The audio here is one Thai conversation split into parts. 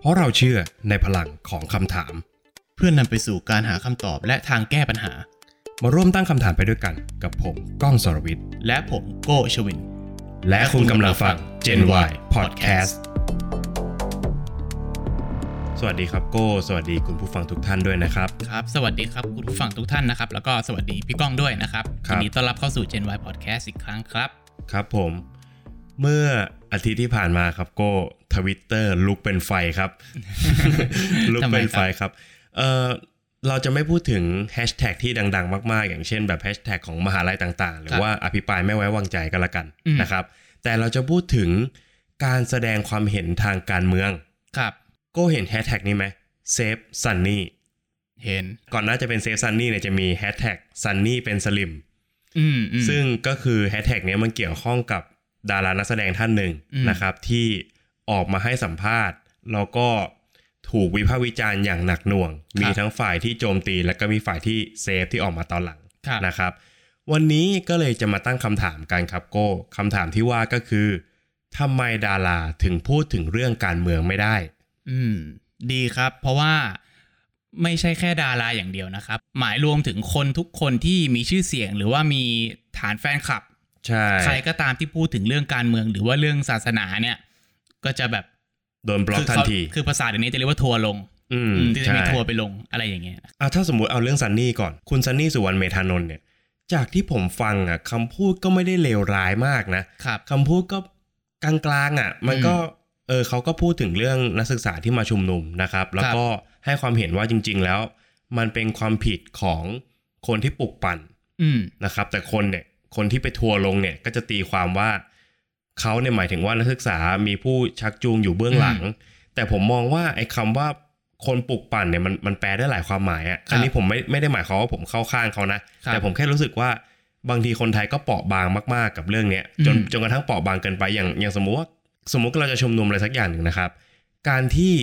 เพราะเราเชื่อในพลังของคำถาม เพื่อนนำไปสู่การหาคำตอบและทางแก้ปัญหา มาร่วมตั้งคำถามไปด้วยกันกับผมก้องสรวิทย์ และผมโก้ชวิน และคุณกำลังฟัง Gen Y Podcast สวัสดีครับโก้สวัสดีคุณผู้ฟังทุกท่านด้วยนะครับ ครับ สวัสดีครับคุณผู้ฟังทุกท่านนะครับ แล้วก็สวัสดีพี่ก้องด้วยนะครับ ครับ ยินดีต้อนรับเข้าสู่ Gen Y Podcast อีกครั้งครับ ครับผม เมื่ออาทิตย์ที่ผ่านมาครับโก้ทวิตเตอร์ลุกเป็นไฟครับ ลุกเป็นไฟครับเออเราจะไม่พูดถึงแฮชแท็กที่ดัง ๆ มาก ๆ อย่างเช่นแบบแฮชแท็กของมหาลัยต่าง ๆ หรือ ครับ ว่าอภิปรายไม่ไว้วางใจกันละกัน อืม นะครับ แต่เราจะพูดถึงการแสดงความเห็นทางการเมือง ครับ โก้เห็นแฮชแท็กนี้ไหมเซฟซันนี่ เห็น ก่อนหน้าจะเป็นเซฟซันนี่เนี่ยจะมีแฮชแท็กซันนี่เป็นสลิม อืมอืม ซึ่งก็คือแฮชแท็กนี้ยมันเกี่ยวข้องกับดารานักแสดงท่านหนึ่ง อืม นะครับ ที่ออกมาให้สัมภาษณ์ แล้วก็ถูกวิพากษ์วิจารณ์อย่างหนักหน่วง มีทั้งฝ่ายที่โจมตีและก็มีฝ่ายที่เซฟที่ออกมาตอนหลัง ครับ นะครับ วันนี้ก็เลยจะมาตั้งคำถามกันครับโก้คำถามที่ว่าก็คือทำไมดาราถึงพูดถึงเรื่องการเมืองไม่ได้ อืม ดีครับ เพราะว่าไม่ใช่แค่ดาราอย่างเดียวนะครับ หมายรวมถึงคนทุกคนที่มีชื่อเสียง หรือว่ามีฐานแฟนคลับ ใช่ ใครก็ตามที่พูดถึงเรื่องการเมือง หรือว่าเรื่องศาสนาเนี่ย ก็จะแบบ โดนบล็อก คื ทัน เขา ที คือภาษาเดี๋ยวนี้จะเรียกว่าทัวร์ลง อืม อืมที่จะมี ใช่ ทัวร์ไปลงอะไรอย่างเงี้ย อ่ะถ้าสมมติเอาเรื่องซันนี่ก่อน คุณซันนี่สุวรรณเมธานนท์เนี่ย จากที่ผมฟังอ่ะคำพูดก็ไม่ได้เลวร้ายมากนะครับ คำพูดก็กลางๆอ่ะ มันก็เออเขาก็พูดถึงเรื่องนักศึกษาที่มาชุมนุมนะครับ แล้วก็ให้ความเห็นว่าจริง ๆ แล้ว มันเป็นความผิดของคนที่ปลุกปั่น อืม นะครับ แต่คนเนี่ยคนที่ไปทัวร์ลงเนี่ย ก็จะตีความว่าเขาเนี่ยหมายถึงว่านักศึกษามีผู้ชักจูงอยู่เบื้องหลัง แต่ผมมองว่าไอ้คำว่าคนปลุกปั่นเนี่ยมันมันแปลได้หลายความหมายอะ่ะ ครับ อันนี้ผมไม่ไม่ได้หมายความว่าผมเข้าข้างเขานะ ครับ แต่ผมแค่รู้สึกว่าบางทีคนไทยก็เปราะบางมากๆกับเรื่องเนี้ยจน อืม จนกระทั่งเปราะบางเกินไปอย่างอย่างสมมุติว่าสมมุติเราจะชุมนุมอะไรสักอย่างหนึ่งนะครับ การที่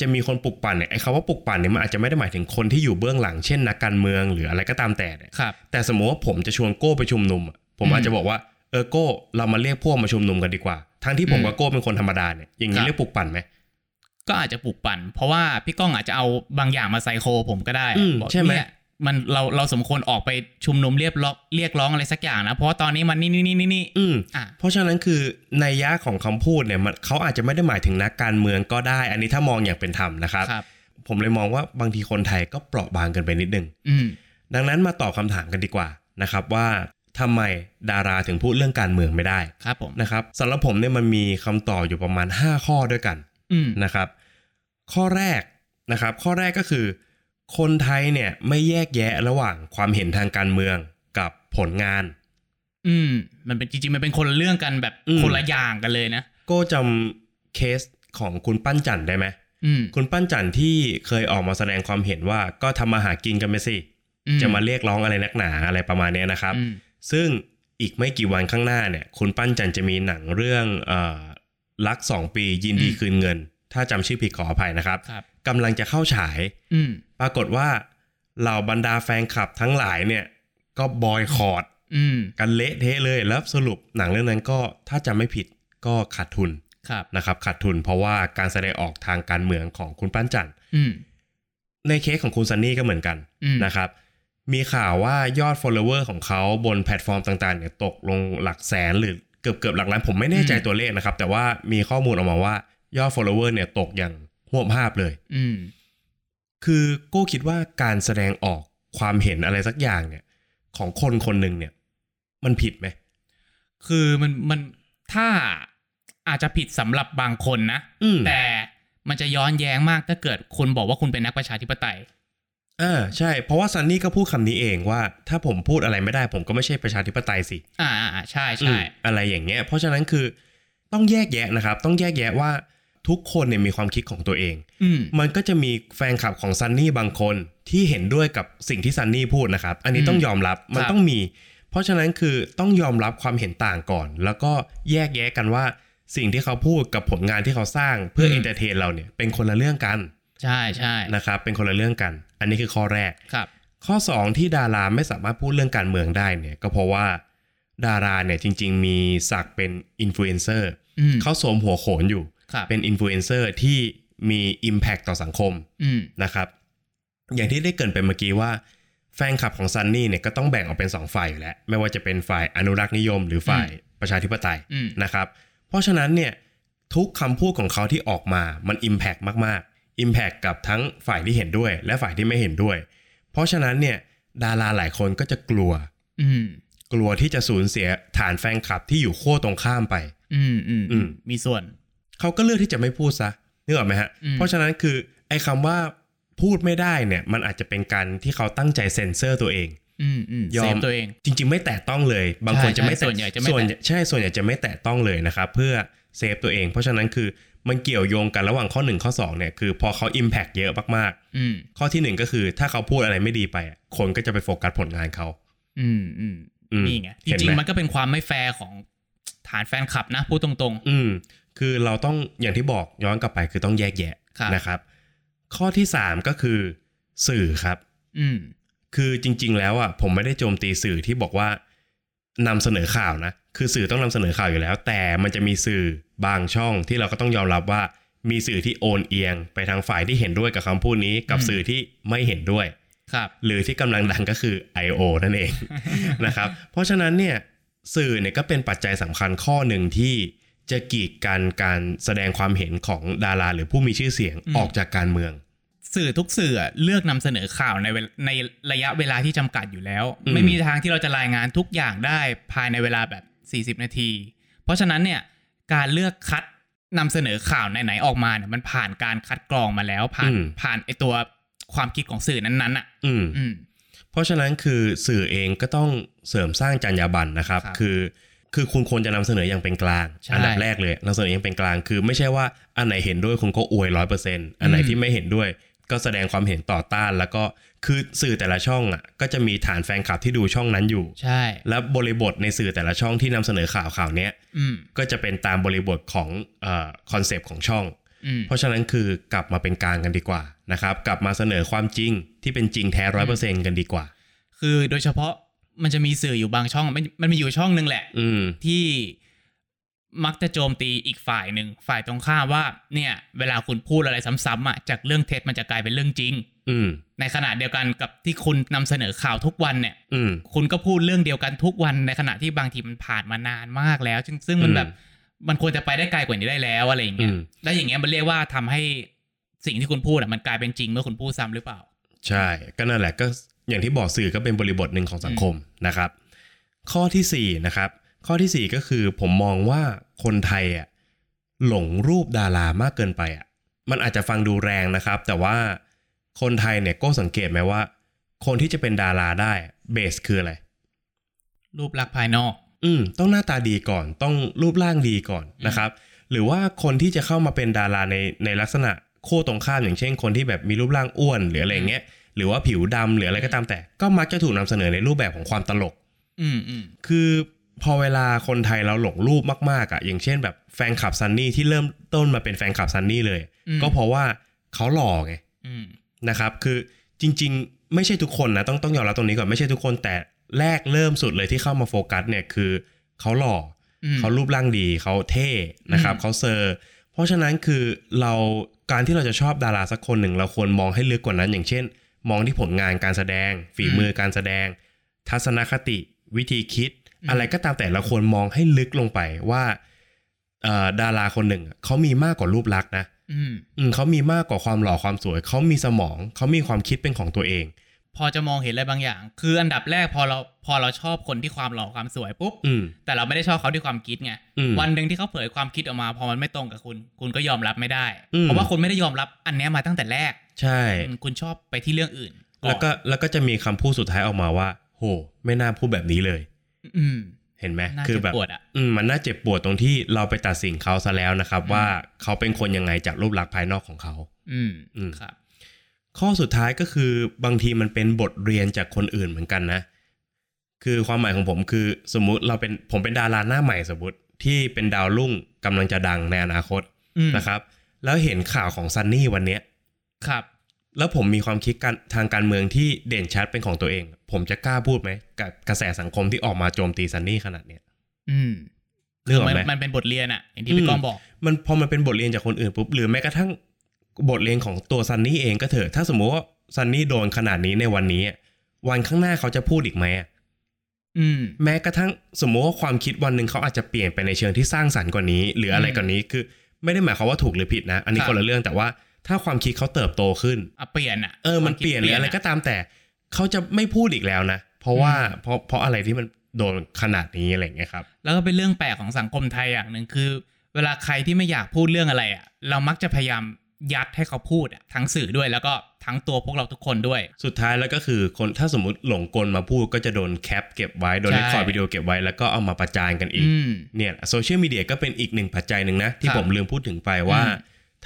จะมีคนปลุกปั่นเนี่ยไอ้คำว่าปลุกปั่นเนี่ยมันอาจจะไม่ได้หมายถึงคนที่อยู่เบื้องหลังเช่นนักการเมืองหรืออะไรก็ตามแต่เนี่ย ครับ แต่สมมติว่าผมจะชวนโก้ไปชุมนุมอะผม อืม อาจจะบอกว่าเออโก้เรามาเรียกพวกมาชุมนุมกันดีกว่า ทั้งที่ผม อืม กับโก้เป็นคนธรรมดาเนี่ยอย่าง ครั นี้ บ เรียกปลุกปั่นไหม ก็อาจจะปลูกปั่น เพราะว่าพี่ก้องอาจจะเอาบางอย่างมาไซโคผมก็ได้ อืม บอก ใช่ไหม เนี่ยมันเราเราสมควรออกไปชุมนุมเรียบร้องเรียกร้องอะไรสักอย่างนะ เพราะว่าตอนนี้มันนี่นี่นี่นี่นี่ อืม อ่ะ เพราะฉะนั้นคือในยยะของคำพูดเนี่ยมันเขาอาจจะไม่ได้หมายถึงนักการเมืองก็ได้ อันนี้ถ้ามองอย่างเป็นธรรมนะครับ ครับ ผมเลยมองว่าบางทีคนไทยก็เปราะบางเกันไปนิดนึง อืม ดังนั้นมาตอบคำถามกันดีกว่านะครับว่าทำไมดาราถึงพูดเรื่องการเมืองไม่ได้ ครับผม นะครับสำหรับผมเนี่ยมันมีคำตอบอยู่ประมาณ 5 ข้อด้วยกัน อืม นะครับข้อแรกนะครับข้อแรกก็คือ คนไทยเนี่ยไม่แยกแยะระหว่างความเห็นทางการเมืองกับผลงาน อืม มันเป็นจริงๆ มันเป็นคนละเรื่องกันแบบ อืม คนละอย่างกันเลยนะ โก็จำเคสของคุณปั้นจันได้ไหม อืม คุณปั้นจันที่เคยออกมาแสดงความเห็นว่าก็ทำมาหากินกันไปสิ อื จะมาเรียกร้องอะไรนักหนาอะไรประมาณเนี้ยนะครับ อืม ซึ่งอีกไม่กี่วันข้างหน้าเนี่ย คุณปั้นจันจะมีหนังเรื่องเอ่อรักสองปียินดี อืม คืนเงิน ถ้าจำชื่อผิดขออภัยนะครับ ครับ กำลังจะเข้าฉาย อืม ปรากฏว่าเหล่าบรรดาแฟนคลับทั้งหลายเนี่ย ก็บอยคอรด อืม กันเละเทะเลยแล้วสรุปหนังเรื่องนั้นก็ถ้าจำไม่ผิดก็ขาดทุน ครับ นะครับขาดทุนเพราะว่าการแสดงออกทางการเมืองของคุณปั้นจันทร์ อืม ในเคสของคุณซันนี่ก็เหมือนกัน อืม นะครับ มีข่าวว่ายอด follower ของเขาบนแพลตฟอร์มต่างๆเนี่ยตกลงหลักแสนหรือเกือบเกือบๆหลักล้านผมไม่แน่ใจ อืม ตัวเลขนะครับ แต่ว่ามีข้อมูลออกมาว่ายอด follower เนี่ยตกอย่างหวบภาพเลย อืม คือโก้คิดว่าการแสดงออกความเห็นอะไรสักอย่างเนี่ย ของคนคนหนึ่งเนี่ย มันผิดไหม คือมันมันถ้าอาจจะผิดสำหรับบางคนนะ อืม แต่มันจะย้อนแย้งมากถ้าเกิดคุณบอกว่าคุณเป็นนักประชาธิปไตย อ่าใช่ เพราะว่าซันนี่ก็พูดคำนี้เองว่า ถ้าผมพูดอะไรไม่ได้ ผมก็ไม่ใช่ประชาธิปไตยสิ อ่าอ่าอ่าใช่ อื ใช่ มอะไรอย่างเงี้ย เพราะฉะนั้นคือต้องแยกแยะนะครับ ต้องแยกแยะว่าทุกคนเนี่ยมีความคิดของตัวเอง อืม มันก็จะมีแฟนคลับของซันนี่บางคนที่เห็นด้วยกับสิ่งที่ซันนี่พูดนะครับ อันนี้ต้อง อืม ยอมรับ มัน ครับ ต้องมี เพราะฉะนั้นคือต้องยอมรับความเห็นต่างก่อน แล้วก็แยกแยะกันว่าสิ่งที่เขาพูดกับผลงานที่เขาสร้างเพื่อเอนเตอร์เทนเราเนี่ยเป็นคนละเรื่องกัน ใช่ใช่ นะครับ เป็นคนละเรื่องกัน อันนี้คือข้อแรก ครับ ข้อ 2 ที่ดาราไม่สามารถพูดเรื่องการเมืองได้เนี่ยก็เพราะว่าดาราเนี่ยจริง ๆ มีศักดิ์เป็นอินฟลูเอนเซอร์ อืม เขาสวมหัวโขนอยู่ ครับ เป็นอินฟลูเอนเซอร์ที่ มี Impact ต่อสังคม อืม นะครับ อย่างที่ได้เกรินไปเมื่อกี้ว่า แฟนคลับของซันนี่เนี่ยก็ต้องแบ่งออกเป็นสองฝ่ายอยู่แล้ว ไม่ว่าจะเป็นฝ่ายอนุรักษ์นิยม หรือฝ่ายประชาธิปไตย อืม นะครับ เพราะฉะนั้นเนี่ยทุกคำพูดของเขาที่ออกมามัน Impact มากๆ Impact กับทั้งฝ่ายที่เห็นด้วย และฝ่ายที่ไม่เห็นด้วย เพราะฉะนั้นเนี่ยดาราหลายคนก็จะกลัว อืม กลัวที่จะสูญเสียฐานแฟนคลับที่อยู่ขั้วตรงข้ามไป อืมอืม อื อื ม มมีส่วน เขาก็เลือกที่จะไม่พูดซะนึกออกไหมฮะ อืม เพราะฉะนั้นคือไอ้คำว่าพูดไม่ได้เนี่ย มันอาจจะเป็นการที่เขาตั้งใจเซ็นเซอร์ตัวเอง อืมอืม ยอม เซฟตัวเอง จริง ๆ ไม่แตะต้องเลย บาง ใช่ คนจะไม่แต ใช่ส่วนใหญ่จะไม่ ส่วน แตะ ใหญ่ใช่ส่วนใหญ่จะไม่แตะต้องเลยนะครับ เพื่อเซฟตัวเอง เพราะฉะนั้นคือมันเกี่ยวโยงกันระหว่างข้อ 1 ข้อ 2 เนี่ยคือพอเขา Impact เยอะมาก อืม ๆ ข้อทีหนึ่1 ก็คือถ้าเขาพูดอะไรไม่ดีไปอะคนก็จะไปโฟกัสผลงานเขา อืมอืม อืม นี่ไงจ เห็ ริง ไหม ๆมันก็เป็นความไม่แฟร์ของฐานแฟนคลับนะ พูดตรง อืมคือเราต้องอย่างที่บอกย้อนกลับไปคือต้องแยกแยะ ครับ นะครับ ข้อที่ 3 ก็คือสื่อครับ ๆ อืม คือจริง ๆ แล้วอ่ะผมไม่ได้โจมตีสื่อที่บอกว่านำเสนอข่าวนะ คือสื่อต้องนำเสนอข่าวอยู่แล้ว แต่มันจะมีสื่อบางช่องที่เราก็ต้องยอมรับว่ามีสื่อที่โอนเอียง ไปทางฝ่ายที่เห็นด้วยกับคำพูดนี้ กับ อืม สื่อที่ไม่เห็นด้วย ครับ หรือที่กำลังดังก็คือ I.O. นั่นเอง นะครับ เพราะฉะนั้นเนี่ยสื่อเนี่ยก็เป็นปัจจัยสำคัญข้อหนึ่งที่จะกีดกันการแสดงความเห็นของดาราหรือผู้มีชื่อเสียง อืม ออกจากการเมือง สื่อทุกสื่ออะเลือกนำเสนอข่าวในเวลในระยะเวลาที่จำกัดอยู่แล้ว อืม ไม่มีทางที่เราจะรายงานทุกอย่างได้ภายในเวลาแบบ 40 นาที เพราะฉะนั้นเนี่ยการเลือกคัดนำเสนอข่าวไหนๆออกมาเนี่ยมันผ่านการคัดกรองมาแล้ว ผ่านผ่านไอตัวความคิดของสื่อนั้นๆอ่ะ อืม อืม เพราะฉะนั้นคือสื่อเองก็ต้องเสริมสร้างจรรยาบรรณนะครับ ครับ คือ คือคุณควรจะนำเสนออย่างเป็นกลาง ใช่ อัดับแรกเลยนำเสนออย่างเป็นกลาง คือไม่ใช่ว่าอันไหนเห็นด้วยคุณก็อวยร้อยเปอร์เซ็นต์อันไหน อืม ที่ไม่เห็นด้วย ก็แสดงความเห็นต่อต้าน แล้วก็คือสื่อแต่ละช่องอ่ะก็จะมีฐานแฟนคลับที่ดูช่องนั้นอยู่ ใช่ และบริบทในสื่อแต่ละช่องที่นำเสนอข่าวข่าวเนี้ย อืม ก็จะเป็นตามบริบทของคอนเซปต์ของช่อง อืม เพราะฉะนั้นคือกลับมาเป็นกลางกันดีกว่านะครับ กลับมาเสนอความจริงที่เป็นจริงแท้ร้อยเปอร์เซ็นต์กันดีกว่า คือโดยเฉพาะมันจะมีสื่ออยู่บางช่อง มันมันมีอยู่ช่องหนึ่งแหละ อืม ที่มักจะโจมตีอีกฝ่ายหนึ่งฝ่ายตรงข้ามว่า เนี่ย เวลาคุณพูดอะไรซ้ำๆอ่ะจากเรื่องเท็จมันจะกลายเป็นเรื่องจริง อืม ในขณะเดียวกันกับที่คุณนำเสนอข่าวทุกวันเนี่ย อืม คุณก็พูดเรื่องเดียวกันทุกวันในขณะที่บางทีมันผ่านมานานมากแล้ว ซึ่งซึ่งมัน อืม แบบมันควรจะไปได้ไกลกว่านี้ได้แล้วอะไรอย่างเงี้ย อืม แล้วอย่างเงี้ยมันเรียกว่าทำให้สิ่งที่คุณพูดอ่ะมันกลายเป็นจริงเมื่อคุณพูดซ้ำหรือเปล่า ใช่ ก็นั่นแหละก็อย่างที่บอกสื่อก็เป็นบริบทหนึ่งของสังคมนะครับ ข้อทีสี่4นะครับ ข้อทีสี่4 ก็คือผมมองว่าคนไทยอ่ะหลงรูปดารามากเกินไปอ่ะมันอาจจะฟังดูแรงนะครับ แต่ว่าคนไทยเนี่ยก็สังเกตไหมว่า คนที่จะเป็นดาราได้เบสคืออะไร รูปลักษณ์ภายนอก อืมต้องหน้าตาดีก่อนต้องรูปร่างดีก่อนนะครับ หรือว่าคนที่จะเข้ามาเป็นดาราในในลักษณะโค้วตรงข้ามอย่างเช่น คนที่แบบมีรูปร่างอ้วนหรืออะไรอย่างเงี้ยหรือว่าผิวดำหรืออะไรก็ตามแต่ ก็มักจะถูกนำเสนอในรูปแบบของความตลก อืมอืม คือพอเวลาคนไทยเราหลงรูปมากๆอ่ะอย่างเช่นแบบแฟนคลับซันนี่ที่เริ่มต้นมาเป็นแฟนคลับซันนี่เลย อืม ก็เพราะว่าเขาหล่อไง อืม นะครับคือจริงๆ ไม่ใช่ทุกคนนะต้องต้องยอมรับตรงนี้ก่อนไม่ใช่ทุกคนแต่แรกเริ่มสุดเลยที่เข้ามาโฟกัสเนี่ยคือเขาหล่ออ ม เขารูปร่างดีเขาเท่นะครับ อืม เขาเซอร์ เพราะฉะนั้นคือเราการที่เราจะชอบดาราสักคนหนึ่งเราควรมองให้ลึกกว่านั้น อย่างเช่น มองที่ผลงานการแสดง ฝีมือการแสดง ทัศนคติ วิธีคิด อะไรก็ตามแต่เราควรมองให้ลึกลงไปว่าเอ่อดาราคนหนึ่งอะเขามีมากกว่ารูปลักษณ์นะ อืม อืมเขามีมากกว่าความหล่อความสวย เขามีสมอง เขามีความคิดเป็นของตัวเอง พอจะมองเห็นอะไรบางอย่าง คืออันดับแรกพอเราพอเราชอบคนที่ความหล่อความสวยปุ๊บ อืม แต่เราไม่ได้ชอบเขาที่ความคิดไง อืม วันหนึ่งที่เขาเผยความคิดออกมา พอมันไม่ตรงกับคุณ คุณก็ยอมรับไม่ได้ อืม เพราะว่าคุณไม่ได้ยอมรับอันเนี้ยมาตั้งแต่แรก ใช่ อืมคุณชอบไปที่เรื่องอื่นอน แล้วก็แล้วก็จะมีคำพูดสุดท้ายออกมาว่า โห ไม่น่าพูดแบบนี้เลย อืม เห็นไหม น่า คือ เจ็บ แบบ ปวดอ่ะ อืมมันน่าเจ็บปวดตรงที่เราไปตัดสินเขาซะแล้วนะครับ อืม ว่าเขาเป็นคนยังไงจากรูปลักษณ์ภายนอกของเขา อืม อืม ครับ ข้อสุดท้ายก็คือบางทีมันเป็นบทเรียนจากคนอื่นเหมือนกันนะ คือความหมายของผมคือสมมุติเราเป็นผมเป็นดาราหน้าใหม่สมมติที่เป็นดาวรุ่งกำลังจะดังในอนาคต อืม นะครับ แล้วเห็นข่าวของซันนี่วันเนี้ย ครับ แล้วผมมีความคิดการทางการเมืองที่เด่นชัดเป็นของตัวเอง ผมจะกล้าพูดไหมกับกระแสสังคมที่ออกมาโจมตีซันนี่ขนาดเนี้ย อืม เรื่อง มัน ไหม มันเป็นบทเรียนอ่ะอย่างที่พี่ อืม ก้องบอก มันพอมันเป็นบทเรียนจากคนอื่นปุ๊บหรือแม้กระทั่ง บทเรียนของตัวซันนี่เองก็เถอะ ถ้าสมมุติว่าซันนี่โดนขนาดนี้ในวันนี้ วันข้างหน้าเขาจะพูดอีกไหมอะ อืม แม้กระทั่งสมมุติว่าความคิดวันหนึ่งเขาอาจจะเปลี่ยนไปในเชิงที่สร้างสรรค์กว่านี้ หรืออะไรกว่านี้คือ ไม่ได้หมายความว่าถูกหรือผิดนะ อันนี้ ครับ คนละเรื่องแต่ว่าถ้าความคิดเขาเติบโตขึ้น อ่ะเปลี่ยนอ่ะ เออ มัน ค เปลี่ยนห วา รืออะไรก็ตามแต่เขาจะไม่พูดอีกแล้วนะ เพราะว่าเพราะเพราะอะไรที่มันโดนขนาดนี้อะไรอย่างเงี้ยครับ แล้วก็เป็นเรื่องแปลกของสังคมไทยอย่างหนึ่งคือ เวลาใครที่ไม่อยากพูดเรื่องอะไรอ่ะ เรามักจะพยายามยัดให้เขาพูดอ่ะทั้งสื่อด้วยแล้วก็ทั้งตัวพวกเราทุกคนด้วย สุดท้ายแล้วก็คือคนถ้าสมมติหลงกลมาพูดก็จะโดนแคปเก็บไว้ โดน ใช่ เรคคอร์ดวิดีโอเก็บไว้แล้วก็เอามาประจานกันอีก อืม เนี่ยโซเชียลมีเดียก็เป็นอีกหนึ่งปัจจัยหนึ่งนะ ที่ ครับ ผมลืมพูดถึงไปว่า อืม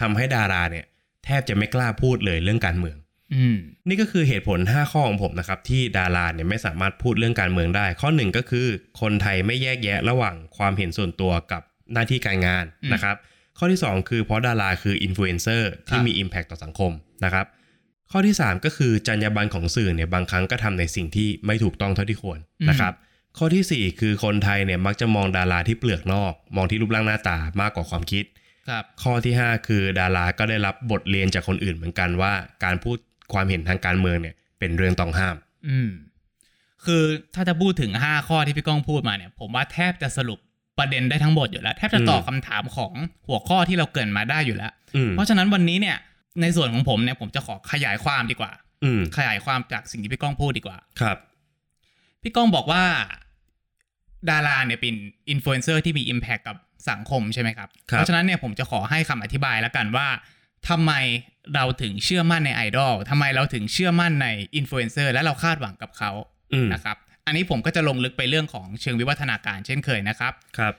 ทำให้ดาราเนี่ย แทบจะไม่กล้าพูดเลยเรื่องการเมือง อืม นี่ก็คือเหตุผล 5 ข้อของผมนะครับ ที่ดาราเนี่ยไม่สามารถพูดเรื่องการเมืองได้ ข้อหนึ่งก็คือ คนไทยไม่แยกแยะระหว่างความเห็นส่วนตัวกับหน้าที่การงาน อืม นะครับ ข้อที่ 2 คือเพราะดาราคืออินฟลูเอนเซอร์ที่ ครับ มี Impact ต่อสังคมนะครับ ข้อที่ 3 ก็คือจรรยาบรรณของสื่อเนี่ยบางครั้งก็ทำในสิ่งที่ไม่ถูกต้องเท่าที่ควรนะครับ ข้อทีสี่ 4 คือคนไทยเนี่ยมักจะมองดาราที่เปลือกนอก มองที่รูปร่างหน้าตามากกว่าความคิด ครับ ข้อที่ 5 คือดาราก็ได้รับบทเรียนจากคนอื่นเหมือนกันว่าการพูดความเห็นทางการเมืองเนี่ยเป็นเรื่องต้องห้าม อืม คือถ้าจะพูดถึงห้าข้อที่พี่ก้องพูดมาเนี่ย ผมว่าแทบจะสรุปประเด็นได้ทั้งหมดอยู่แล้ว แทบจะตอบ อืม คำถามของหัวข้อที่เราเกรินมาได้อยู่แล้ว อืม เพราะฉะนั้นวันนี้เนี่ย ในส่วนของผมเนี่ยผมจะขอขยายความดีกว่า อืม ขยายความจากสิ่งที่พี่ก้องพูดดีกว่า ครับ พี่ก้องบอกว่าดาราเนี่ยเป็นอินฟลูเอนเซอร์ที่มี Impact กับสังคมใช่ไหมครับ ครับ เพราะฉะนั้นเนี่ยผมจะขอให้คำอธิบายแล้วกันว่าทำไมเราถึงเชื่อมั่นในไอดอลทำไมเราถึงเชื่อมั่นในอินฟลูเอนเซอร์และเราคาดหวังกับเขา อืม นะครับ อันนี้ผมก็จะลงลึกไปเรื่องของเชิงวิวัฒนาการเช่นเคยนะครับ ครับ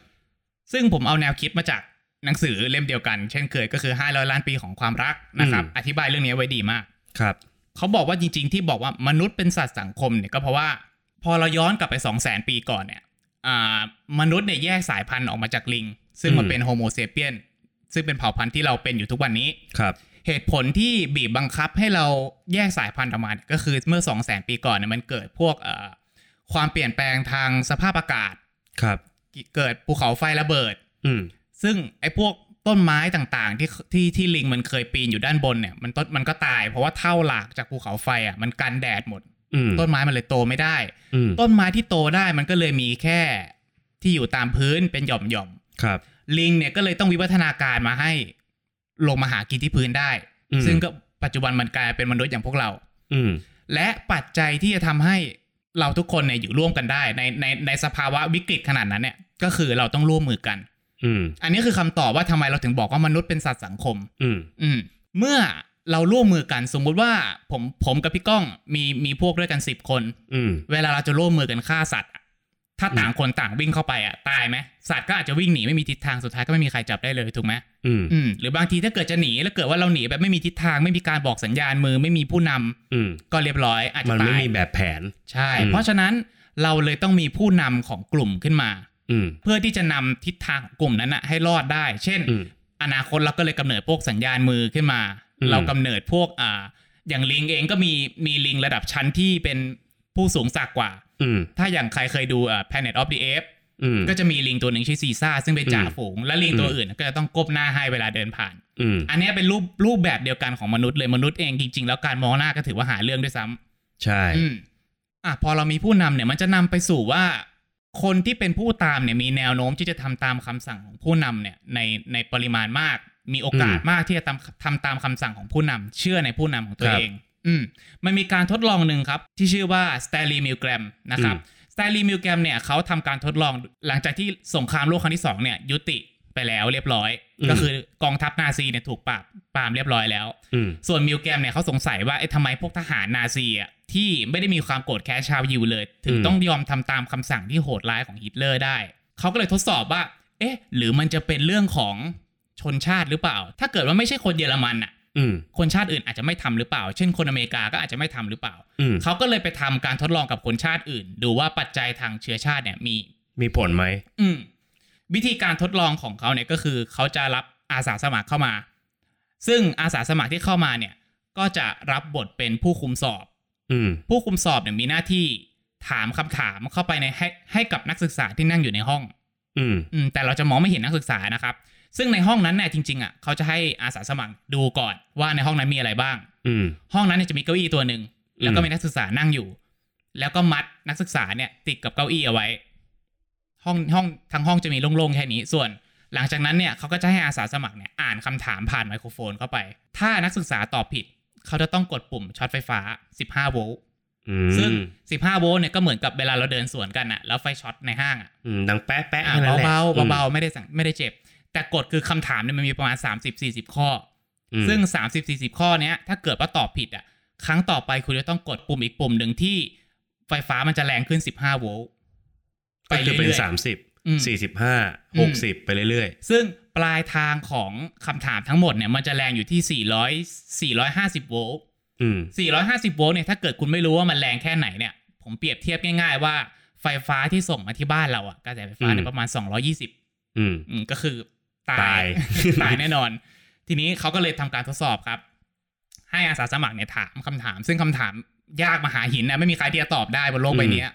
ซึ่งผมเอาแนวคิดมาจากหนังสือเล่มเดียวกัน เช่นเคยก็คือ 500 ล้านปีของความรักนะครับ อธิบายเรื่องนี้ไว้ดีมาก ครับ เขาบอกว่าจริงๆที่บอกว่ามนุษย์เป็นสัตว์สังคมเนี่ยก็เพราะว่า พอเราย้อนกลับไป 2 0 0 0 0 0 ปีก่อนเนี่ยอ่ามนุษย์เนี่ยแยกสายพันธุ์ออกมาจากลิง ซึ่งมัน อืม เป็นโฮโมเซเปียนซึ่งเป็นเผ่าพันธุ์ที่เราเป็นอยู่ทุกวันนี้ ครับ เหตุผลที่บีบบังคับให้เราแยกสายพันธุ์ออกมาเนี่ยก็คือเมื่อ 2 0 0 0 0 0 ปีก่อนเนี่ยมันเกิดพวกเอ่อความเปลี่ยนแปลงทางสภาพอากาศ ครับ เกิดภูเขาไฟระเบิด อืม ซึ่งไอ้พวกต้นไม้ต่างๆ ที่ที่ที่ลิงมันเคยปีนอยู่ด้านบนเนี่ยมันต้นมันก็ตาย เพราะว่าเท่าหลากจากภูเขาไฟอ่ะมันกันแดดหมด อืม ต้นไม้มันเลยโตไม่ได้ อืม ต้นไม้ที่โตได้มันก็เลยมีแค่ที่อยู่ตามพื้นเป็นหย่อมๆ ครับ ลิงเนี่ยก็เลยต้องวิวัฒนาการมาให้ลงมาหากินที่พื้นได้ อืม ซึ่งก็ปัจจุบันมันกลายเป็นมนุษย์อย่างพวกเรา อืม และปัจจัยที่จะทำให้เราทุกคนเนี่ยอยู่ร่วมกันได้ ในในในสภาวะวิกฤตขนาดนั้นเนี่ยก็คือเราต้องร่วมมือกัน อืม อันนี้คือคำตอบว่าทำไมเราถึงบอกว่ามนุษย์เป็นสัตว์สังคม อืม อืม เมื่อเราร่วมมือกันสมมุติว่าผมผมกับพี่ก้องมีมีพวกด้วยกันสิบคน อืม เวลาเราจะร่วมมือกันฆ่าสัตว์อะถ้าต่างคนต่างวิ่งเข้าไปอ่ะตายไหมสัตว์ก็อาจจะวิ่งหนีไม่มีทิศทางสุดท้ายก็ไม่มีใครจับได้เลยถูกไหม อืม อืมหรือบางทีถ้าเกิดจะหนีแล้วเกิดว่าเราหนีแบบไม่มีทิศทางไม่มีการบอกสัญญาณมือไม่มีผู้นำ อืม ก็เรียบร้อยอาจ มั จะ นไม่ ตาย มีแบบแผน ใช่ อืม เพราะฉะนั้นเราเลยต้องมีผู้นำของกลุ่มขึ้นมา อืม เพื่อที่จะนำทิศทางของกลุ่มนั้นนะให้รอดได้ เช่น อืม อนาคตเราก็เลยกำเนิดพวกสัญญาณมือขึ้นมา อืม เรากำเนิดพวกอ่าอย่างลิงเองก็มีมีลิงระดับชั้นที่เป็นผู้สูงสักกว่า อืม ถ้าอย่างใครเคยดูอ่า Planet of the Apes อืม ก็จะมีลิงตัวหนึ่งชื่อซีซ่าซึ่งเป็นจ่า อืม ฝูง และลิงตัว อืม อื่นก็จะต้องก้มหน้าให้เวลาเดินผ่าน อืม อันเนี้ยเป็นรูปรูปแบบเดียวกันของมนุษย์เลยมนุษย์เองจริงๆ แล้วการมองหน้าก็ถือว่าหาเรื่องด้วยซ้ำ ใช่ อืมอ่ะพอเรามีผู้นำเนี่ยมันจะนำไปสู่ว่า คนที่เป็นผู้ตามเนี่ยมีแนวโน้มที่จะทำตามคำสั่งของผู้นำเนี่ยในในปริมาณมาก มีโอกาสมากที่จะทำทำตามคำสั่งของผู้นำเชื่อในผู้นำของตัวเอง อืมมันมีการทดลองหนึ่งครับ ที่ชื่อว่าสเต l ีมิลแกรมนะครับสเต l ีมิลแกรมเนี่ยเขาทำการทดลองหลังจากที่สงครามโลกครั้งที่สองเนี่ยยุติไปแล้วเรียบร้อย ก็คือกองทัพนาซีเนี่ยถูกปราบปรามเรียบร้อยแล้ว อืม ส่วนมิลแกรมเนี่ยเขาสงสัยว่าไอ้ทำไมพวกทหารนาซีอ่ะที่ไม่ได้มีความโกรธแค้นชาวยิวเลย ถึงต้องยอมทำตามคำสั่งที่โหดร้ายของฮิตเลอร์ได้ เขาก็เลยทดสอบว่า เอ๊ะ หรือมันจะเป็นเรื่องของชนชาติหรือเปล่า ถ้าเกิดว่าไม่ใช่คนเยอรมันอ่ะ อืม คนชาติอื่นอาจจะไม่ทำหรือเปล่า เช่นคนอเมริกาก็อาจจะไม่ทำหรือเปล่า อืม เขาก็เลยไปทำการทดลองกับคนชาติอื่น ดูว่าปัจจัยทางเชื้อชาติเนี่ยมี มีผลไหม อืมวิธีการทดลองของเขาเนี่ยก็คือเขาจะรับอาสาสมัครเข้ามา ซึ่งอาสาสมัครที่เข้ามาเนี่ย ก็จะรับบทเป็นผู้คุมสอบ อืม ผู้คุมสอบเนี่ยมีหน้าที่ถามคำถามเข้าไปในให้ให้กับนักศึกษาที่นั่งอยู่ในห้อง อืม อืมแต่เราจะมองไม่เห็นนักศึกษานะครับ ซึ่งในห้องนั้นเนี่ยจริงๆอ่ะเขาจะให้อาสาสมัครดูก่อนว่าในห้องนั้นมีอะไรบ้าง อืม ห้องนั้นเนี่ยจะมีเก้าอี้ตัวหนึ่ง อืม แล้วก็มีนักศึกษานั่งอยู่ แล้วก็มัดนักศึกษาเนี่ย ติดกับเก้าอี้เอาไว้ ห้องห้องทั้งห้องจะมีโล่งๆแค่นี้ ส่วน หลังจากนั้นเนี่ยเขาก็จะให้อาสาสมัครเนี่ยอ่านคำถามผ่านไมโครโฟนเข้าไป ถ้านักศึกษาตอบผิด เขาจะต้องกดปุ่มช็อตไฟฟ้า 15 โวลต์ อื ซึ่ง ม 15 โวลต์เนี่ยก็เหมือนกับเวลาเราเดินสวนกันอะแล้วไฟช็อตในห้างอะ อืมดังแป๊ะแป๊ะ อ่ะ แค่นั้นแหละ เบาๆเบาๆไม่ได้สั่งไม่ได้เจ็บ แต่กฎคือคำถามเนี่ยมันมีประมาณ 30 40 ข้อ อืม ซึ่ง 30 40 ข้อเนี้ยถ้าเกิดว่าตอบผิดอ่ะครั้งต่อไปคุณจะต้องกดปุ่มอีกปุ่มหนึ่งที่ไฟฟ้ามันจะแรงขึ้น 15 โวลต์ไป ก็คืเรื่อ อยๆ เป็นสามสิบ อืม สี่สิบห้า อื ห ม กสิบไปเรื่อย ซึ่งปลายทางของคำถามทั้งหมดเนี่ยมันจะแรงอยู่ที่ 400 450 โวลต์ ๆ อืม 450 โวลต์เนี่ยถ้าเกิดคุณไม่รู้ว่ามันแรงแค่ไหนเนี่ย ผมเปรียบเทียบง่ายๆว่าไฟฟ้าที่ส่งมาที่บ้านเราอ่ะกระแสไฟฟ้าเนี่ยประมาณ 220 อืม อืมก็คือตาย ตาย ตายแน่ นอน ทีนี้เขาก็เลยทำการทดสอบครับ ให้อาสาสมัครเนี่ยถามคำถาม ซึ่งคำถามยากมหาหินนะไม่มีใครที่จะตอบได้บนโลกใบเนี้ย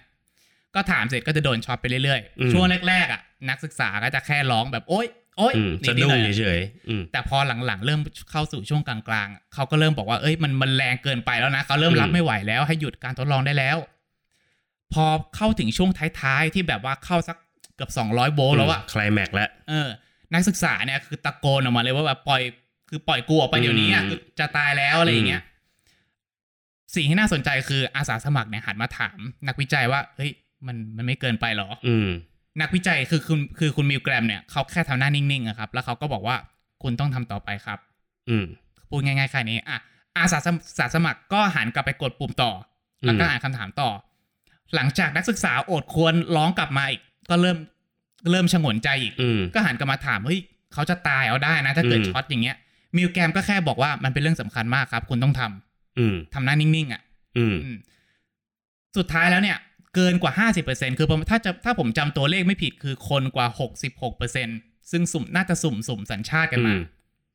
ก็ถามเสร็จก็จะโดนช็อตไปเรื่อย อืม ๆ ช่วงแรกๆอ่ะนักศึกษาก็จะแค่ร้องแบบโอ๊ยโอ๊ย อืม นิ สะ ดๆ ดุ้ ห ง น่อย เฉยๆอืม ๆแต่พอหลังๆ เริ่มเข้าสู่ช่วงกลางๆ เขาก็เริ่มบอกว่าเอ้ยมันมันแรงเกินไปแล้วนะเขาเริ่มรับ อืม ไม่ไหวแล้วให้หยุดการทดลองได้แล้ว พอเข้าถึงช่วงท้ายๆที่แบบว่าเข้าสักเกือบ200โวลต์แล้วอะ ไคลแม็กซ์แล้ว เออนักศึกษาเนี่ยคือตะโกนออกมาเลยว่าแบบปล่อยคือปล่อยกูออกไปเดี๋ยวนี้อ่ะ อืม คือจะตายแล้วอะไรอย่างเงี้ยสิ่งที่น่าสนใจคืออาสาสมัครเนี่ยหันมาถาม นักวิจัยว่าเฮ้ยมันมันไม่เกินไปหรอ อืม นักวิจัยคือคุณคือคุณมิวแกรมเนี่ยเขาแค่ทำหน้านิ่งๆอะครับ แล้วเขาก็บอกว่าคุณต้องทำต่อไปครับ อืม พูดง่ายๆแค่นี้อ่ะอาสาสมสาสมัครก็หันกลับไปกดปุ่มต่อ แล้วก็ อืม อ่านคำถามต่อ หลังจากนักศึกษาโอดครวรร้องกลับมาอีก ก็เริ่มเริ่มฉงนใจอีก อืม ก็หันกลับมาถามเฮ้ยเขาจะตายเอาได้นะ ถ้าเกิด อืม ช็อตอย่างเงี้ยมิวแกรมก็แค่บอกว่ามันเป็นเรื่องสำคัญมากครับ คุณต้องทำ อืม ทำหน้านิ่งๆอ่ะ อืม อืมสุดท้ายแล้วเนี่ย เกินกว่า 50%คือประมาณถ้าจะถ้าผมจำตัวเลขไม่ผิดคือคนกว่า 66%ซึ่งสุ่มน่าจะสุ่มสุ่มสัญชาติกันมา อืม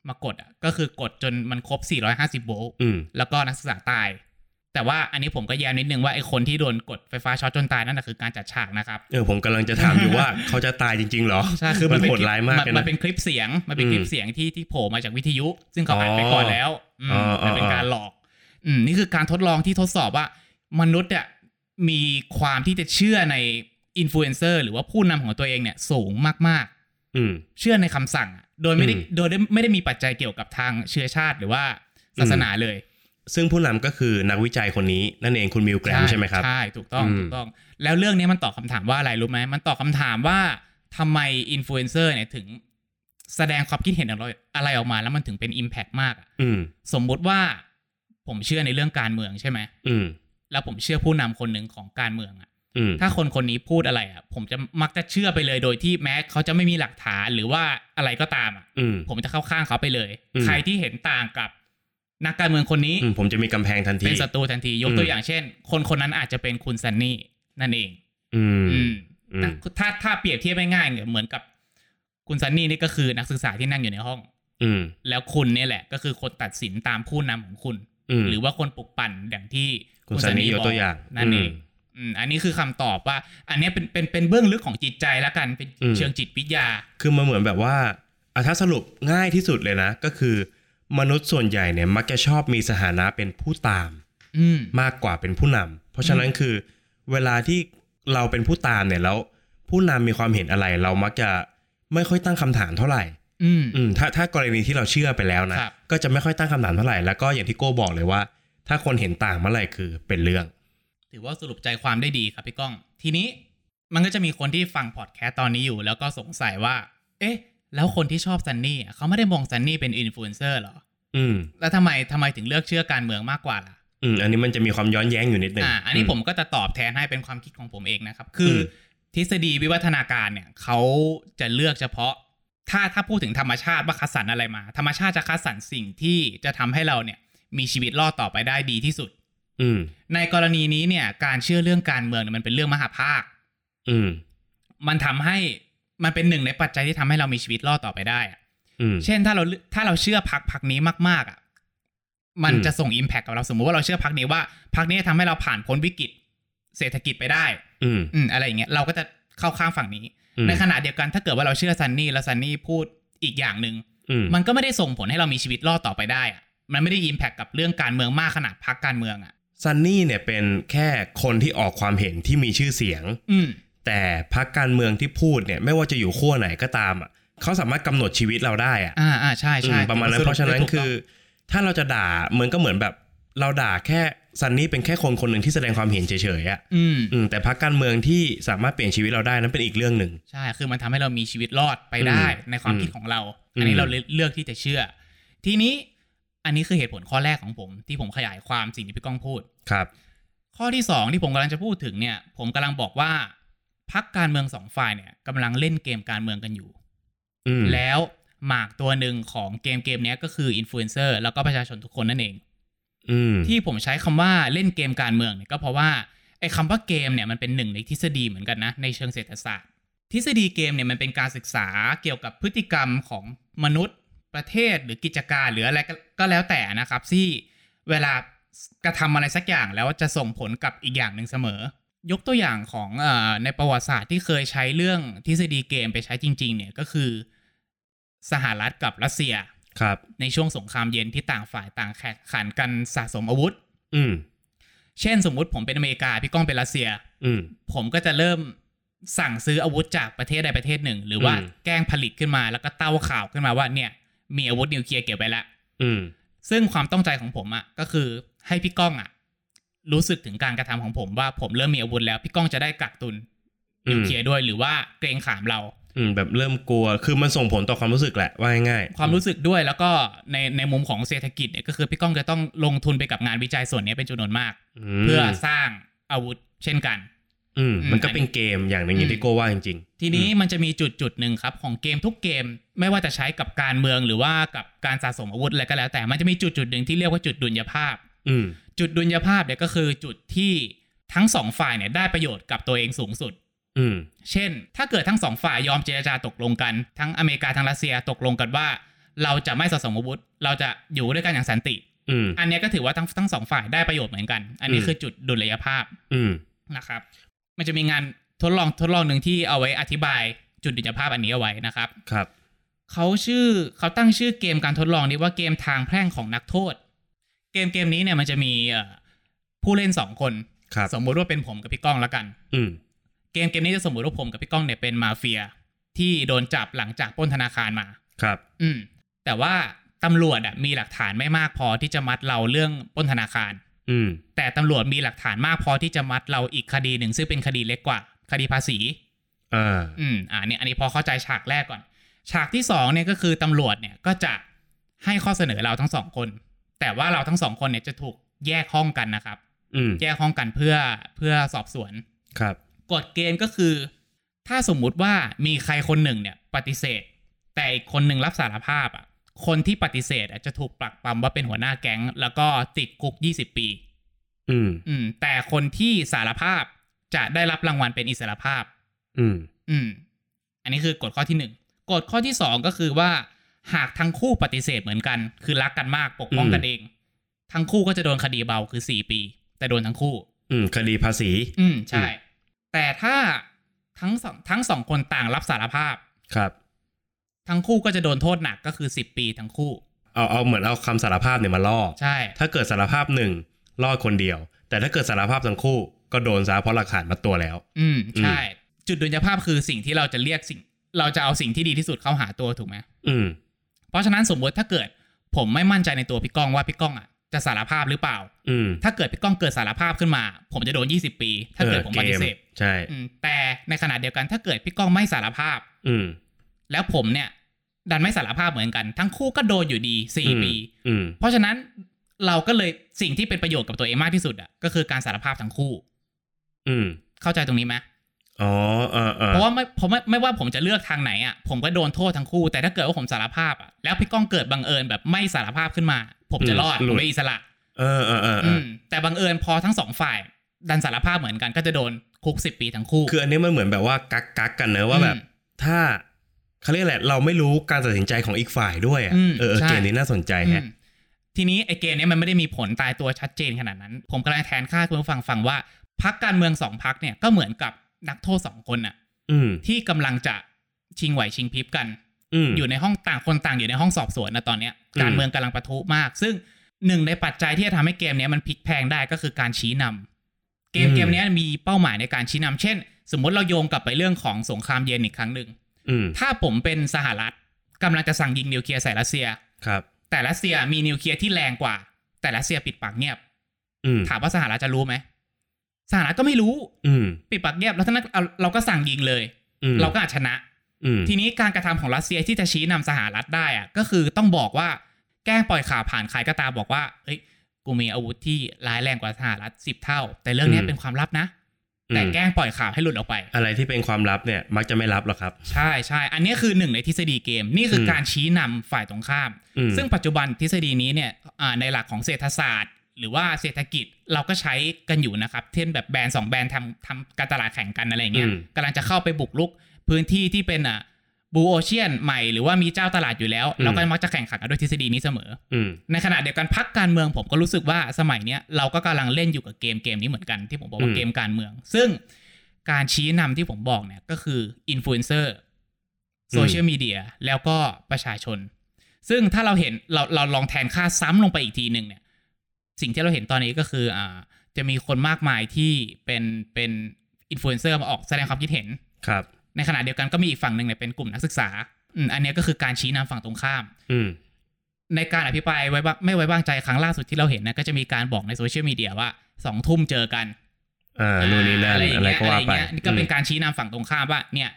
มากดอ่ะก็คือกดจนมันครบ 450 โวลต์ อืม แล้วก็นักศึกษาตาย แต่ว่าอันนี้ผมก็แย้มนิดนึงว่าไอ้คนที่โดนกดไฟฟ้าช็อตจนตายนั่นแหะคือการจัดฉากนะครับ เออผมกำลังจะถามอยู่ว่า เขาจะตายจริงๆเหรอ ใช่คือมัน โห เป็น ดร้ายมากเลย มั นะ นเป็นคลิปเสียง มันเป็น อืม คลิปเสียงที่ที่โผล่มาจากวิทยุ ซึ่งเขา อ๋ออั อัดไปก่อนแล้วอืม อ๋ออ๋อ มันเป็นการหลอก อืมนี่คือการทดลองที่ทดสอบว่า มนุษย์เนี่ยมีความที่จะเชื่อในอินฟลูเอนเซอร์หรือว่าผู้นำของตัวเองเนี่ยสูงมาก อืม ๆ เชื่อในคำสั่งอะโดยไม่ได้ อืม โดยไม่ไม่ได้มีปัจจัยเกี่ยวกับทางเชื้อชาติหรือว่าศาสนาเลย ซึ่งผู้นำก็คือนักวิจัยคนนี้นั่นเองคุณมิวแกรมใช่ไหมครับ ใช่ ถูกต้อง อืม ถูกต้อง แล้วเรื่องนี้มันตอบคำถามว่าอะไรรู้ไหมมันตอบคำถามว่าทำไมอินฟลูเอนเซอร์เนี่ยถึงแสดงความคิดเห็นอะไรอะไรออกมาแล้วมันถึงเป็น Impact มากอะ อืม สมมุติว่าผมเชื่อในเรื่องการเมืองใช่ไหม อืม แล้วผมเชื่อผู้นำคนหนึ่งของการเมืองอะ อืม ถ้าคนคนนี้พูดอะไรอะผมจะมักจะเชื่อไปเลยโดยที่แม้เขาจะไม่มีหลักฐานหรือว่าอะไรก็ตามอะ อืม ผมจะเข้าข้างเขาไปเลย อืม ใครที่เห็นต่างกับนักการเมืองคนนี้ อืมผมจะมีกำแพงทันที เป็นศัตรูทันทียก อืม ตัวอย่างเช่น คนคนนั้นอาจจะเป็นคุณซันนี่นั่นเอง อืม อืม อืม แต่ถ้าถ้าเปรียบเทียบง่ายๆเนี่ยเหมือนกับคุณซันนี่นี่ก็คือนักศึกษาที่นั่งอยู่ในห้อง อืม แล้วคุณเนี่ยแหละ ก็คือคนตัดสินตามผู้นำของคุณ อืม หรือว่าคนปลุกปั่นอย่างที่ คุณสันนิยกตัวอย่าง บกนั่นเองอืมอันนี้คือคำตอบว่า อันเนี้ยเป็นเป็นเป็นเบื้องลึกของจิตใจแล้วกันเป็น อืม เชิงจิตวิทยา คือมันเหมือนแบบว่าอ่ะถ้าสรุปง่ายที่สุดเลยนะ ก็คือ มนุษย์ส่วนใหญ่เนี่ยมักจะชอบมีสถานะเป็นผู้ตาม อืม มากกว่าเป็นผู้นำ เพราะฉะนั้นคือ เวลาที่เราเป็นผู้ตามเนี่ยแล้ว ผู้นำมีความเห็นอะไร เรามักจะไม่ค่อยตั้งคำถามเท่าไหร่ อืม อืมถ้าถ้ากรณีที่เราเชื่อไปแล้วนะ ครับ ก็จะไม่ค่อยตั้งคำถามเท่าไหร่ แล้วก็อย่างที่โก้บอกเลยว่า ถ้าคนเห็นต่างเมื่อไหร่คือเป็นเรื่อง ถือว่าสรุปใจความได้ดีครับพี่ก้อง ทีนี้มันก็จะมีคนที่ฟังพอดแคสต์ตอนนี้อยู่ แล้วก็สงสัยว่า เอ๊ะ แล้วคนที่ชอบซันนี่อ่ะเขาไม่ได้มองซันนี่เป็นอินฟลูเอนเซอร์เหรอ อืม แล้วทำไมทำไมถึงเลือกเชื่อการเมืองมากกว่าล่ะ อืม อันนี้มันจะมีความย้อนแย้งอยู่นิดนึง อ่า อันนี้ผมก็จะตอบแทนให้เป็นความคิดของผมเองนะครับ คืออ ม ทฤษฎีวิวัฒนาการเนี่ยเขาจะเลือกเฉพาะ ถ้าถ้าพูดถึงธรรมชาติว่าคัดสรรอะไรมา ธรรมชาติจะคัดสรรสิ่งที่จะทำให้เราเนี่ยมีชีวิตรอดต่อไปได้ดีที่สุด อืม ในกรณีนี้เนี่ยการเชื่อเรื่องการเมืองเนี่ยมันเป็นเรื่องมหาภาค อืม มันทำให้มันเป็นหนึ่งในปัจจัยที่ทำให้เรามีชีวิตรอดต่อไปได้อะ อืม เช่นถ้าเราถ้าเราเชื่อพักพักนี้มากๆอ่ะ มัน อืม จะส่งอิมแพคกับเราสมมุติว่าเราเชื่อพักนี้ว่าพักนี้จะทำให้เราผ่านพ้นวิกฤตเศรษฐกิจไปได้ อืม อืมอะไรอย่างเงี้ยเราก็จะเข้าข้างฝั่งนี้ อืม ในขณะเดียวกันถ้าเกิดว่าเราเชื่อซันนี่แล้วซันนี่พูด อีกอย่างหนึ่ง อืม มันก็ไม่ได้ส่งผลให้เรามีชีวิตรอดต่อไปได้อะมันไม่ได้อิมแพคกับเรื่องการเมืองมากขนาดพักการเมืองอ่ะ ซันนี่เนี่ยเป็นแค่คนที่ออกความเห็นที่มีชื่อเสียง อืม แต่พักการเมืองที่พูดเนี่ยไม่ว่าจะอยู่ขั้วไหนก็ตามอ่ะเขาสามารถกำหนดชีวิตเราได้อ่ะ อ่าอ่าใช่ใช่ อืมประมาณนั้น ส เพราะฉะนั้น ได้ถูก คือ ต้ง ถ้าเราจะด่ามันก็เหมือนแบบเราด่าแค่ซันนี่เป็นแค่คนคนหนึ่งที่แสดงความเห็นเฉยๆอ่ะ อืม อืมแต่พักการเมืองที่สามารถเปลี่ยนชีวิตเราได้นั้นเป็นอีกเรื่องหนึ่ง ใช่ คือมันทำให้เรามีชีวิตรอดไปได้ อืม ในความคิดของเรา อันนี้ อืม เราเลือกที่จะเชื่อ ทีนี้อันนี้คือเหตุผลข้อแรกของผม ที่ผมขยายความสิ่งที่พี่ก้องพูด ครับ ข้อที่สองที่ผมกำลังจะพูดถึงเนี่ย ผมกำลังบอกว่าพักการเมืองสองฝ่ายเนี่ยกำลังเล่นเกมการเมืองกันอยู่ อืม แล้วหมากตัวหนึ่งของเกมเกมเนี้ยก็คืออินฟลูเอนเซอร์แล้วก็ประชาชนทุกคนนั่นเอง อืม ที่ผมใช้คำว่าเล่นเกมการเมืองเนี่ยก็เพราะว่าไอ้คำว่าเกมเนี่ยมันเป็นหนึ่งในทฤษฎีเหมือนกันนะในเชิงเศรษฐศาสตร์ ทฤษฎีเกมเนี่ยมันเป็นการศึกษาเกี่ยวกับพฤติกรรมของมนุษย์ประเทศหรือกิจการหรืออะไรก็ก็แล้วแต่นะครับที่เวลากระทำอะไรสักอย่างแล้วจะส่งผลกับอีกอย่างหนึ่งเสมอ ยกตัวอย่างของเออในประวัติศาสตร์ที่เคยใช้เรื่องทฤษฎีเกมไปใช้จริง ๆ เนี่ยก็คือ สหรัฐกับรัสเซีย ครับ ในช่วงสงครามเย็นที่ต่างฝ่ายต่างแข่งขันกันสะสมอาวุธ อืม เช่นสมมุติผมเป็นอเมริกา พี่ก้องเป็นรัสเซีย อืม ผมก็จะเริ่มสั่งซื้ออาวุธจากประเทศใดประเทศหนึ่ง หรือว่า อืม แกล้งผลิตขึ้นมาแล้วก็เต้าข่าวขึ้นมาว่าเนี่ย มีอาวุธนิวเคลียร์เก็บไว้ละ อืม ซึ่งความต้องใจของผมอะ่ะก็คือให้พี่ก้องอะ่ะ รู้สึกถึงการกระทำของผมว่าผมเริ่มมีอาวุธแล้ว พี่ก้องจะได้กักตุนนิวเคลียร์ด้วยหรือว่าเกรงขามเรา อืมแบบเริ่มกลัวคือมันส่งผลต่อความรู้สึกแหละว่าง่ายๆ ความรู้สึกด้วยแล้วก็ในในมุมของเศรษฐกิจเนี่ยก็คือพี่ก้องจะต้องลงทุนไปกับงานวิจัยส่วนนี้เป็นจำนวนมาก ม เพื่อสร้างอาวุธเช่นกัน อืม อืม มันก็เป็นเกมอย่างหนึ่งอย่าง อื ที่ ม โกว่าจริง ทีนี้มันจะมีจุดจุดหนึ่งครับของเกมทุกเกมไม่ว่าจะใช้กับการเมืองหรือว่ากับการสะสมอาวุธอะไรก็แล้ว แต่มันจะมีจุดจุดหนึ่งที่เรียกว่าจุดดุลยภาพ ๆ อืม จุดดุลยภาพเนี่ยก็คือจุดที่ทั้งสองฝ่ายเนี่ยได้ประโยชน์กับตัวเองสูงสุด อืม เช่น ถ้าเกิดทั้งสองฝ่ายยอมเจรจาตกลงกัน ทั้งอเมริกาทั้งรัสเซียตกลงกันว่า เราจะไม่สะสมอาวุธ เราจะอยู่ด้วยกันอย่างสันติ อืม อันเนี้ยก็ถือว่าทั้งทั้งสองฝ่ายได้ประโยชน์เหมือนกัน อันนี้ อืม คือจุดดุลยภาพ อืม นะครับ มันจะมีงานทดลองทดลองหนึ่งที่เอาไว้อธิบายจุดดุลยภาพอันนี้เอาไว้นะครับ ครับ เขาชื่อเขาตั้งชื่อเกมการทดลองนี้ว่าเกมทางแพร่งของนักโทษ เกมเกมนี้เนี่ยมันจะมีเอ่อผู้เล่นสองคน ครับ สมมุติว่าเป็นผมกับพี่ก้องละกัน อืม เกมเกมนี้จะสมมุติว่าผมกับพี่ก้องเนี่ยเป็นมาเฟีย ที่โดนจับหลังจากปล้นธนาคารมา ครับ อืม แต่ว่าตำรวจอะมีหลักฐานไม่มากพอที่จะมัดเราเรื่องปล้นธนาคาร อืม แต่ตำรวจมีหลักฐานมากพอที่จะมัดเราอีกคดีหนึ่งซึ่งเป็นคดีเล็กกว่า คดีภาษี อ่า อืมอ่าเนี่ยอันนี้พอเข้าใจฉากแรกก่อน ฉากที่สองเนี่ยก็คือตำรวจเนี่ยก็จะให้ข้อเสนอเราทั้งสองคน แต่ว่าเราทั้งสองคนเนี่ยจะถูกแยกห้องกันนะครับ อืม แยกห้องกันเพื่อเพื่อสอบสวน ครับ กฎเกณฑ์ก็คือ ถ้าสมมุติว่ามีใครคนหนึ่งเนี่ยปฏิเสธ แต่อีกคนหนึ่งรับสารภาพอ่ะ คนที่ปฏิเสธอ่ะจะถูกปลักปรำว่าเป็นหัวหน้าแก๊ง แล้วก็ติดคุก 20 ปี อืม อืมแต่คนที่สารภาพจะได้รับรางวัลเป็นอิสรภาพ อืม อืม อันนี้คือกฎข้อที่หนึ่งกฎข้อที่สองก็คือว่า หากทั้งคู่ปฏิเสธเหมือนกัน คือรักกันมากปกป้อง อืม กันเอง ทั้งคู่ก็จะโดนคดีเบาคือสี่ปี แต่โดนทั้งคู่ อืม คดีภาษี อืมใช่ อืม แต่ถ้าทั้งสองทั้งสองคนต่างรับสารภาพ ครับ ทั้งคู่ก็จะโดนโทษหนักก็คือสิบปีทั้งคู่ เอา เอาเหมือนเอาคำสารภาพเนี่ยมาล่อ ใช่ ถ้าเกิดสารภาพหนึ่งรอดคนเดียว แต่ถ้าเกิดสารภาพทั้งคู่ ก็โดนซะเพราะหลักฐานมาตัวแล้ว อืมใช่ จุดดุลยภาพคือสิ่งที่เราจะเรียกสิ่ง เราจะเอาสิ่งที่ดีที่สุดเข้าหาตัวถูกไหม อืม เพราะฉะนั้นสมมติถ้าเกิดผมไม่มั่นใจในตัวพี่ก้องว่าพี่ก้องอ่ะจะสารภาพหรือเปล่า อืม ถ้าเกิดพี่ก้องเกิดสารภาพขึ้นมา ผมจะโดน 20 ปี ถ้าเกิดผมปฏิเสธ ออกมใช่ อืมแต่ในขณะเดียวกันถ้าเกิดพี่ก้องไม่สารภาพ อืม แล้วผมเนี่ย ดันไม่สารภาพเหมือนกัน ทั้งคู่ก็โดนอยู่ดี อืม 4 ปี อืม เพราะฉะนั้นเราก็เลยสิ่งที่เป็นประโยชน์กับตัวเองมากที่สุดอ่ะก็คือการสารภาพทั้งคู่ อืม เข้าใจตรงนี้ไหม อ๋อเออเออ เพราะว่าไม่ผมไม่ไม่ว่าผมจะเลือกทางไหนอ่ะผมก็โดนโทษทั้งคู่ แต่ถ้าเกิดว่าผมสารภาพอ่ะแล้วพี่ก้องเกิดบังเอิญแบบไม่สารภาพขึ้นมา ผมจะรอดผมไม่อิสระ เออเออเออเอ อื อ มแต่บังเอิญพอทั้งสองฝ่าย ดันสารภาพเหมือนกันก็จะโดนคุกสิบปีทั้งคู่ คืออันนี้มันเหมือนแบบว่ากักกักกันเนอะว่าแบบ อืม ถ้าเขาเรียกแหละไรเราไม่รู้การตัดสินใจของอีกฝ่ายด้วยอะ อืม เออเออ ใช่ เกมนี้น่าสนใจแฮะ อืมทีนี้ไอเกมเนี้ยมันไม่ได้มีผลตายตัวชัดเจนขนาดนั้น ผมกำลังแทนค่าคุณผู้ฟังฟังว่าพักการเมืองสองพักเนี่ยก็เหมือนกับนักโทษสองคนน่ะ อืม ที่กำลังจะชิงไหวชิงพริบกัน อืม อยู่ในห้องต่างคนต่างอยู่ในห้องสอบสวนนะตอนเนี้ย อืม การเมืองกำลังปะทุมาก ซึ่งหนึ่งในปัจจัยที่จะทำให้เกมเนี้ยมันพลิกแพลงได้ก็คือการชี้นำเกมเกมเนี้ยมีเป้าหมายในการชี้นำเช่น สมมติเราโยงกลับไปเรื่องของสงครามเย็นอีกครั้งหนึ่ง อืม ถ้าผมเป็นสหรัฐกำลังจะสั่งยิงนิวเคลียร์ใส่รัสเซีย ครับ แต่รัสเซียมีนิวเคลียร์ที่แรงกว่า แต่รัสเซียปิดปากเงียบ อืม ถามว่าสหรัฐจะรู้ไหมสหรัฐก็ไม่รู้ อืม ปิดปากเงียบแล้วถ้านั้นเอาเราก็สั่งยิงเลย อืม เราก็อาจชนะ อืม ทีนี้การกระทำของรัสเซียที่จะชี้นำสหรัฐได้อะก็คือต้องบอกว่าแกล้งปล่อยข่าวผ่านใครก็ตามบอกว่าเอ้ยกูมีอาวุธที่ร้ายแรงกว่าสหรัฐสิบเท่า แต่เรื่องเนี้ยเป็นความลับนะ แต่แกล้งปล่อยข่าวให้หลุดออกไป อะไรที่เป็นความลับเนี่ย มักจะไม่รับหรอกครับ ใช่ใช่อันนี้คือหนึ่งในทฤษฎีเกม นี่คืออ ม การชี้นำฝ่ายตรงข้าม อืม ซึ่งปัจจุบันทฤษฎีนี้เนี่ยอ่าในหลักของเศรษฐศาสตร์ หรือว่าเศรษฐกิจเราก็ใช้กันอยู่นะครับเช่นแบบแบรนด์สองแบรนด์ทำทำการตลาดแข่งกันอะไรอย่างเงี้ยกำลังจะเข้าไปบุกลุกพื้นที่ที่เป็นอ่ะบูโอเชียนใหม่หรือว่ามีเจ้าตลาดอยู่แล้ว เราก็มักจะแข่งขันกันด้วยทฤษฎีนี้เสมอ อืม ในขณะเดียวกันพักการเมืองผมก็รู้สึกว่าสมัยเนี้ยเราก็กำลังเล่นอยู่กับเกมเกมนี้เหมือนกันที่ผมบอกว่าเกมการเมือง ซึ่งการชี้นำที่ผมบอกเนี่ยก็คืออินฟลูเอนเซอร์โซเชียลมีเดียแล้วก็ประชาชน ซึ่งถ้าเราเห็นเราเราลองแทนค่าซ้ำลงไปอีกทีหนึ่งเนี่ย สิ่งที่เราเห็นตอนนี้ก็คืออ่าจะมีคนมากมายที่เป็นเป็นอินฟลูเอนเซอร์มาออกแสดงความคิดเห็น ครับ ในขณะเดียวกันก็มีอีกฝั่งหนึ่งเนี่ยเป็นกลุ่มนักศึกษาอืมอันเนี้ยก็คือการชี้นำฝั่งตรงข้าม อืม ในการอภิปรายไว้ว่าไม่ไว้วางใจครั้งล่าสุดที่เราเห็นนะก็จะมีการบอกในโซเชียลมีเดียว่าสองทุ่มเจอกัน อ่านู่นนี่นั่น ย่ อะไร งเงี้ย ก็ว่าไป ย่งเงี้ยนี่ก็เป็นการชี้นำฝั่งตรงข้ามว่าเนี่ย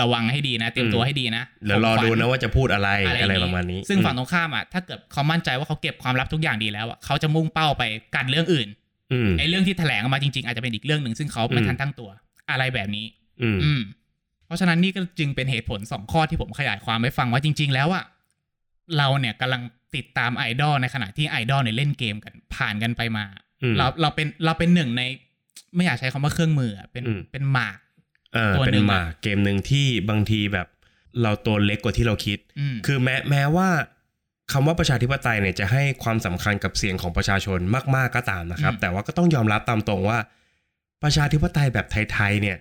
ระวังให้ดีนะ เตรียมตัวให้ดีนะ เดี๋ยวรอดูนะว่าจะพูดอะไร ของขวัญ อะไรประมาณนี้ ซึ่งฝั่ง อื ตรงข้ามอ่ะถ้าเกิดเขามั่นใจว่าเขาเก็บความลับทุกอย่างดีแล้วอ่ะเขาจะมุ่งเป้าไปการเรื่องอื่น อืม ไอ้เรื่องที่แถลงออกมาจริงๆอาจจะเป็นอีกเรื่องหนึ่งซึ่งเขาไม่ อืม ทันตั้งตัวอะไรแบบนี้ อืม อืมเพราะฉะนั้นนี่ก็จึงเป็นเหตุผลสองข้อที่ผมขยายความไว้ฟังว่าจริง ๆ แล้วอะเราเนี่ยกำลังติดตามไอดอลในขณะที่ไอดอลเนี่ยเล่นเกมกันผ่านกันไปมา อืม เราเราเป็นเราเป็นหนึ่งใน ไม่อยากใช้คำว่าเครื่องมืออะเป็น อืม เป็นหมาก เออ ตัว เป็ หนึ่ น งอะ หมากเกมหนึ่งที่บางทีแบบ เราตัวเล็กกว่าที่เราคิด อืม คือแม้แม้ว่าคำว่าประชาธิปไตยเนี่ยจะให้ความสำคัญกับเสียงของประชาชนมาก ๆ ก็ตามนะครับ แต่ว่าก็ต้องยอมรับตามตรงว่า ประชาธิปไตยแบบไทยๆเนี่ย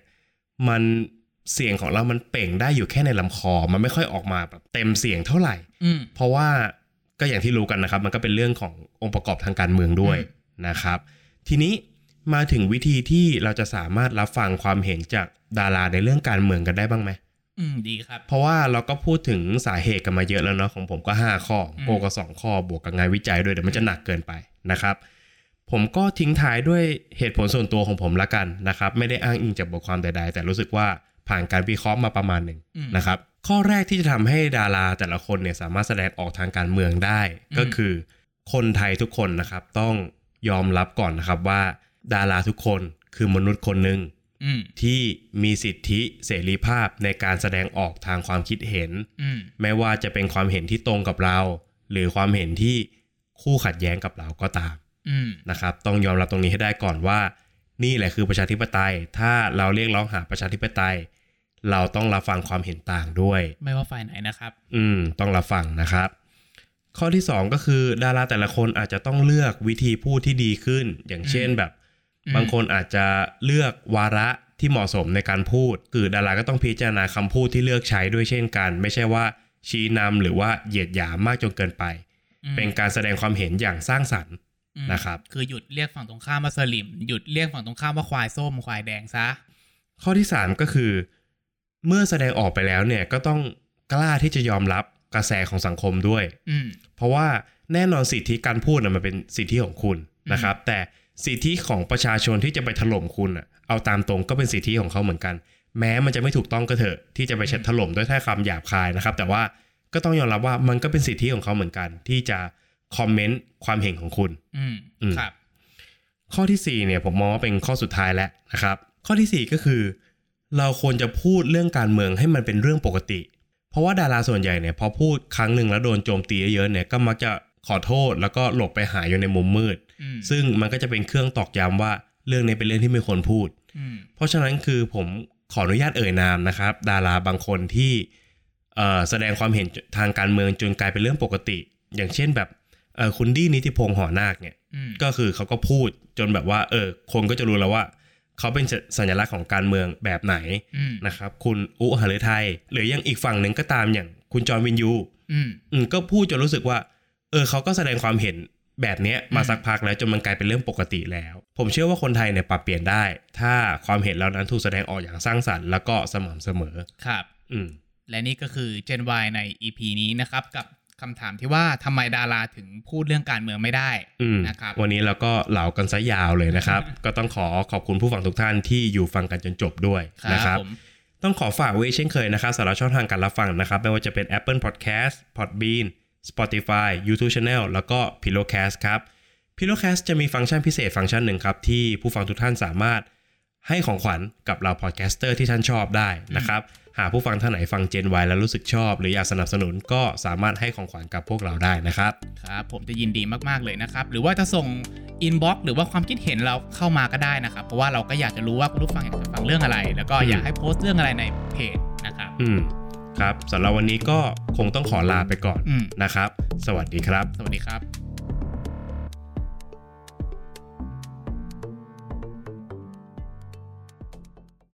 มันเสียงของเรามันเปล่งได้อยู่แค่ในลำคอ มันไม่ค่อยออกมาแบบเต็มเสียงเท่าไหร่ อืม เพราะว่าก็อย่างที่รู้กันนะครับ มันก็เป็นเรื่องขององค์ประกอบทางการเมืองด้วยนะครับ ทีนี้มาถึงวิธีที่เราจะสามารถรับฟังความเห็นจากดาราในเรื่องการเมืองกันได้บ้างไหม อืมดีครับ เพราะว่าเราก็พูดถึงสาเหตุกันมาเยอะแล้วเนาะของผมก็ 5 ข้อของโกก็ 2 ข้อบวกกับงานวิจัยด้วยเดี๋ยวมันจะหนักเกินไปนะครับ ผมก็ทิ้งท้ายด้วยเหตุผลส่วนตัวของผมละกันนะครับ ไม่ได้อ้างอิงจากบทความใดๆ แต่รู้สึกว่าผ่านการวิเคราะห์มาประมาณหนึ่ง อืม นะครับ ข้อแรกที่จะทำให้ดาราแต่ละคนเนี่ยสามารถแสดงออกทางการเมืองได้ อืม ก็คือคนไทยทุกคนนะครับต้องยอมรับก่อนนะครับว่า ดาราทุกคนคือมนุษย์คนหนึ่ง อืม ที่มีสิทธิเสรีภาพในการแสดงออกทางความคิดเห็น อืม ไม่ว่าจะเป็นความเห็นที่ตรงกับเรา หรือความเห็นที่คู่ขัดแย้งกับเราก็ตาม อืม นะครับ ต้องยอมรับตรงนี้ให้ได้ก่อนว่า นี่แหละคือประชาธิปไตย ถ้าเราเรียกร้องหาประชาธิปไตย เราต้องรับฟังความเห็นต่างด้วย ไม่ว่าฝ่ายไหนนะครับ อืมต้องรับฟังนะครับ ข้อที่ 2 ก็คือดาราแต่ละคนอาจจะต้องเลือกวิธีพูดที่ดีขึ้น อย่างเช่นแบบ อืม บางคนอาจจะเลือกวาระที่เหมาะสมในการพูด คือดาราก็ต้องพิจารณาคำพูดที่เลือกใช้ด้วยเช่นกัน ไม่ใช่ว่าชี้นำหรือว่าเหยียดหยามมากจนเกินไป อืม เป็นการแสดงความเห็นอย่างสร้างสรรค์ อืม นะครับ คือหยุดเรียกฝั่งตรงข้ามว่าสลิมหยุดเรียกฝั่งตรงข้ามว่าควายส้มควายแดงซะ ข้อที่ 3 ก็คือ เมื่อแสดงออกไปแล้วเนี่ยก็ต้องกล้าที่จะยอมรับกระแสของสังคมด้วย อืม เพราะว่าแน่นอนสิทธิการพูดนะมันเป็นสิทธิของคุณนะครับ แต่สิทธิของประชาชนที่จะไปถล่มคุณน่ะเอาตามตรงก็เป็นสิทธิของเขาเหมือนกัน แม้มันจะไม่ถูกต้องก็เถอะที่จะไปเช็ดถล่มด้วยถ้อยคำหยาบคายนะครับ แต่ว่าก็ต้องยอมรับว่ามันก็เป็นสิทธิของเขาเหมือนกัน ที่จะคอมเมนต์ความเห็นของคุณ อืม อืม ครับ ข้อทีสี่4เนี่ยผมมองว่าเป็นข้อสุดท้ายแล้วนะครับ ข้อทีสี่ 4 ก็คือ เราควรจะพูดเรื่องการเมืองให้มันเป็นเรื่องปกติ เพราะว่าดาราส่วนใหญ่เนี่ยพอพูดครั้งหนึ่งแล้วโดนโจมตีเยอะๆเนี่ยก็มักจะขอโทษแล้วก็หลบไปหาอยู่ในมุมมืด อืม ซึ่งมันก็จะเป็นเครื่องตอกย้ำว่าเรื่องนี้เป็นเรื่องที่ไม่ควรพูด อืม เพราะฉะนั้นคือผมขออนุญาตเอ่ยนามนะครับ ดาราบางคนที่เอ่อแสดงความเห็นทางการเมืองจนกลายเป็นเรื่องปกติ อย่างเช่นแบบเอ่อคุณดี้นิติพงษ์หอนาคเนี่ย อืม ก็คือเขาก็พูดจนแบบว่า เออคนก็จะรู้แล้วว่า เขาเป็นสัญลักษณ์ของการเมืองแบบไหน อืม นะครับ คุณอุหฤทัยหรือยังอีกฝั่งหนึ่งก็ตามอย่างคุณจอห์นวินยู อืม อืมก็พูดจนรู้สึกว่า เออเขาก็แสดงความเห็นแบบเนี้ยมา อืม สักพักแล้วจนมันกลายเป็นเรื่องปกติแล้ว ผมเชื่อว่าคนไทยเนี่ยปรับเปลี่ยนได้ ถ้าความเห็นเหล่านั้นถูกแสดงออกอย่างสร้างสรรค์แล้วก็สม่ำเสมอ ครับ อืม และนี่ก็คือ Gen Y ใน EP นี้นะครับ กับคำถามที่ว่าทำไมดาราถึงพูดเรื่องการเมืองไม่ได้ อืม นะครับ วันนี้เราก็เหลากันซะยาวเลยนะครับ ก็ต้องขอขอบคุณผู้ฟังทุกท่านที่อยู่ฟังกันจนจบด้วยนะครับ ผม ต้องขอฝากไว้เช่นเคยนะครับสำหรับช่องทางการรับฟังนะครับ ไม่ว่าจะเป็น Apple Podcast Podbean Spotify YouTube Channel แล้วก็ Pillowcast ครับ Pillowcast จะมีฟังก์ชันพิเศษฟังก์ชันหนึ่งครับ ที่ผู้ฟังทุกท่านสามารถให้ของขวัญกับเราพอดแคสเตอร์ที่ท่านชอบได้นะครับ หากผู้ฟังท่านไหนฟัง Gen Y แล้วรู้สึกชอบ หรืออยากสนับสนุนก็สามารถให้ของขวัญกับพวกเราได้นะครับ ครับผมจะยินดีมาก ๆ เลยนะครับ หรือว่าจะส่ง inbox หรือว่าความคิดเห็นเราเข้ามาก็ได้นะครับ เพราะว่าเราก็อยากจะรู้ว่าคุณผู้ฟังอยากจะฟังเรื่องอะไร แล้วก็อยากให้โพสต์เรื่องอะไรในเพจนะครับ อืมครับสำหรับวันนี้ก็คงต้องขอลาไปก่อน อืม นะครับ สวัสดีครับ สวัสดีครับ